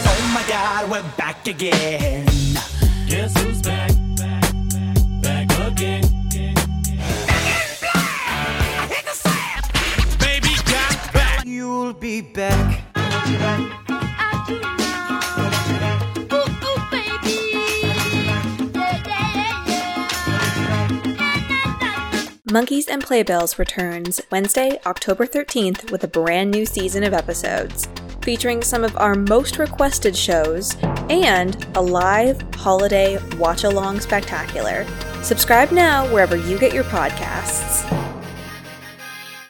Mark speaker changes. Speaker 1: Oh God, we're back again.
Speaker 2: Guess who's back? Back, back, back again. Baby got back.
Speaker 3: You'll be back.
Speaker 4: Monkeys and Playbills returns Wednesday, October 13th with a brand new season of episodes, featuring some of our most requested shows and a live holiday watch along spectacular. Subscribe now wherever you get your podcasts.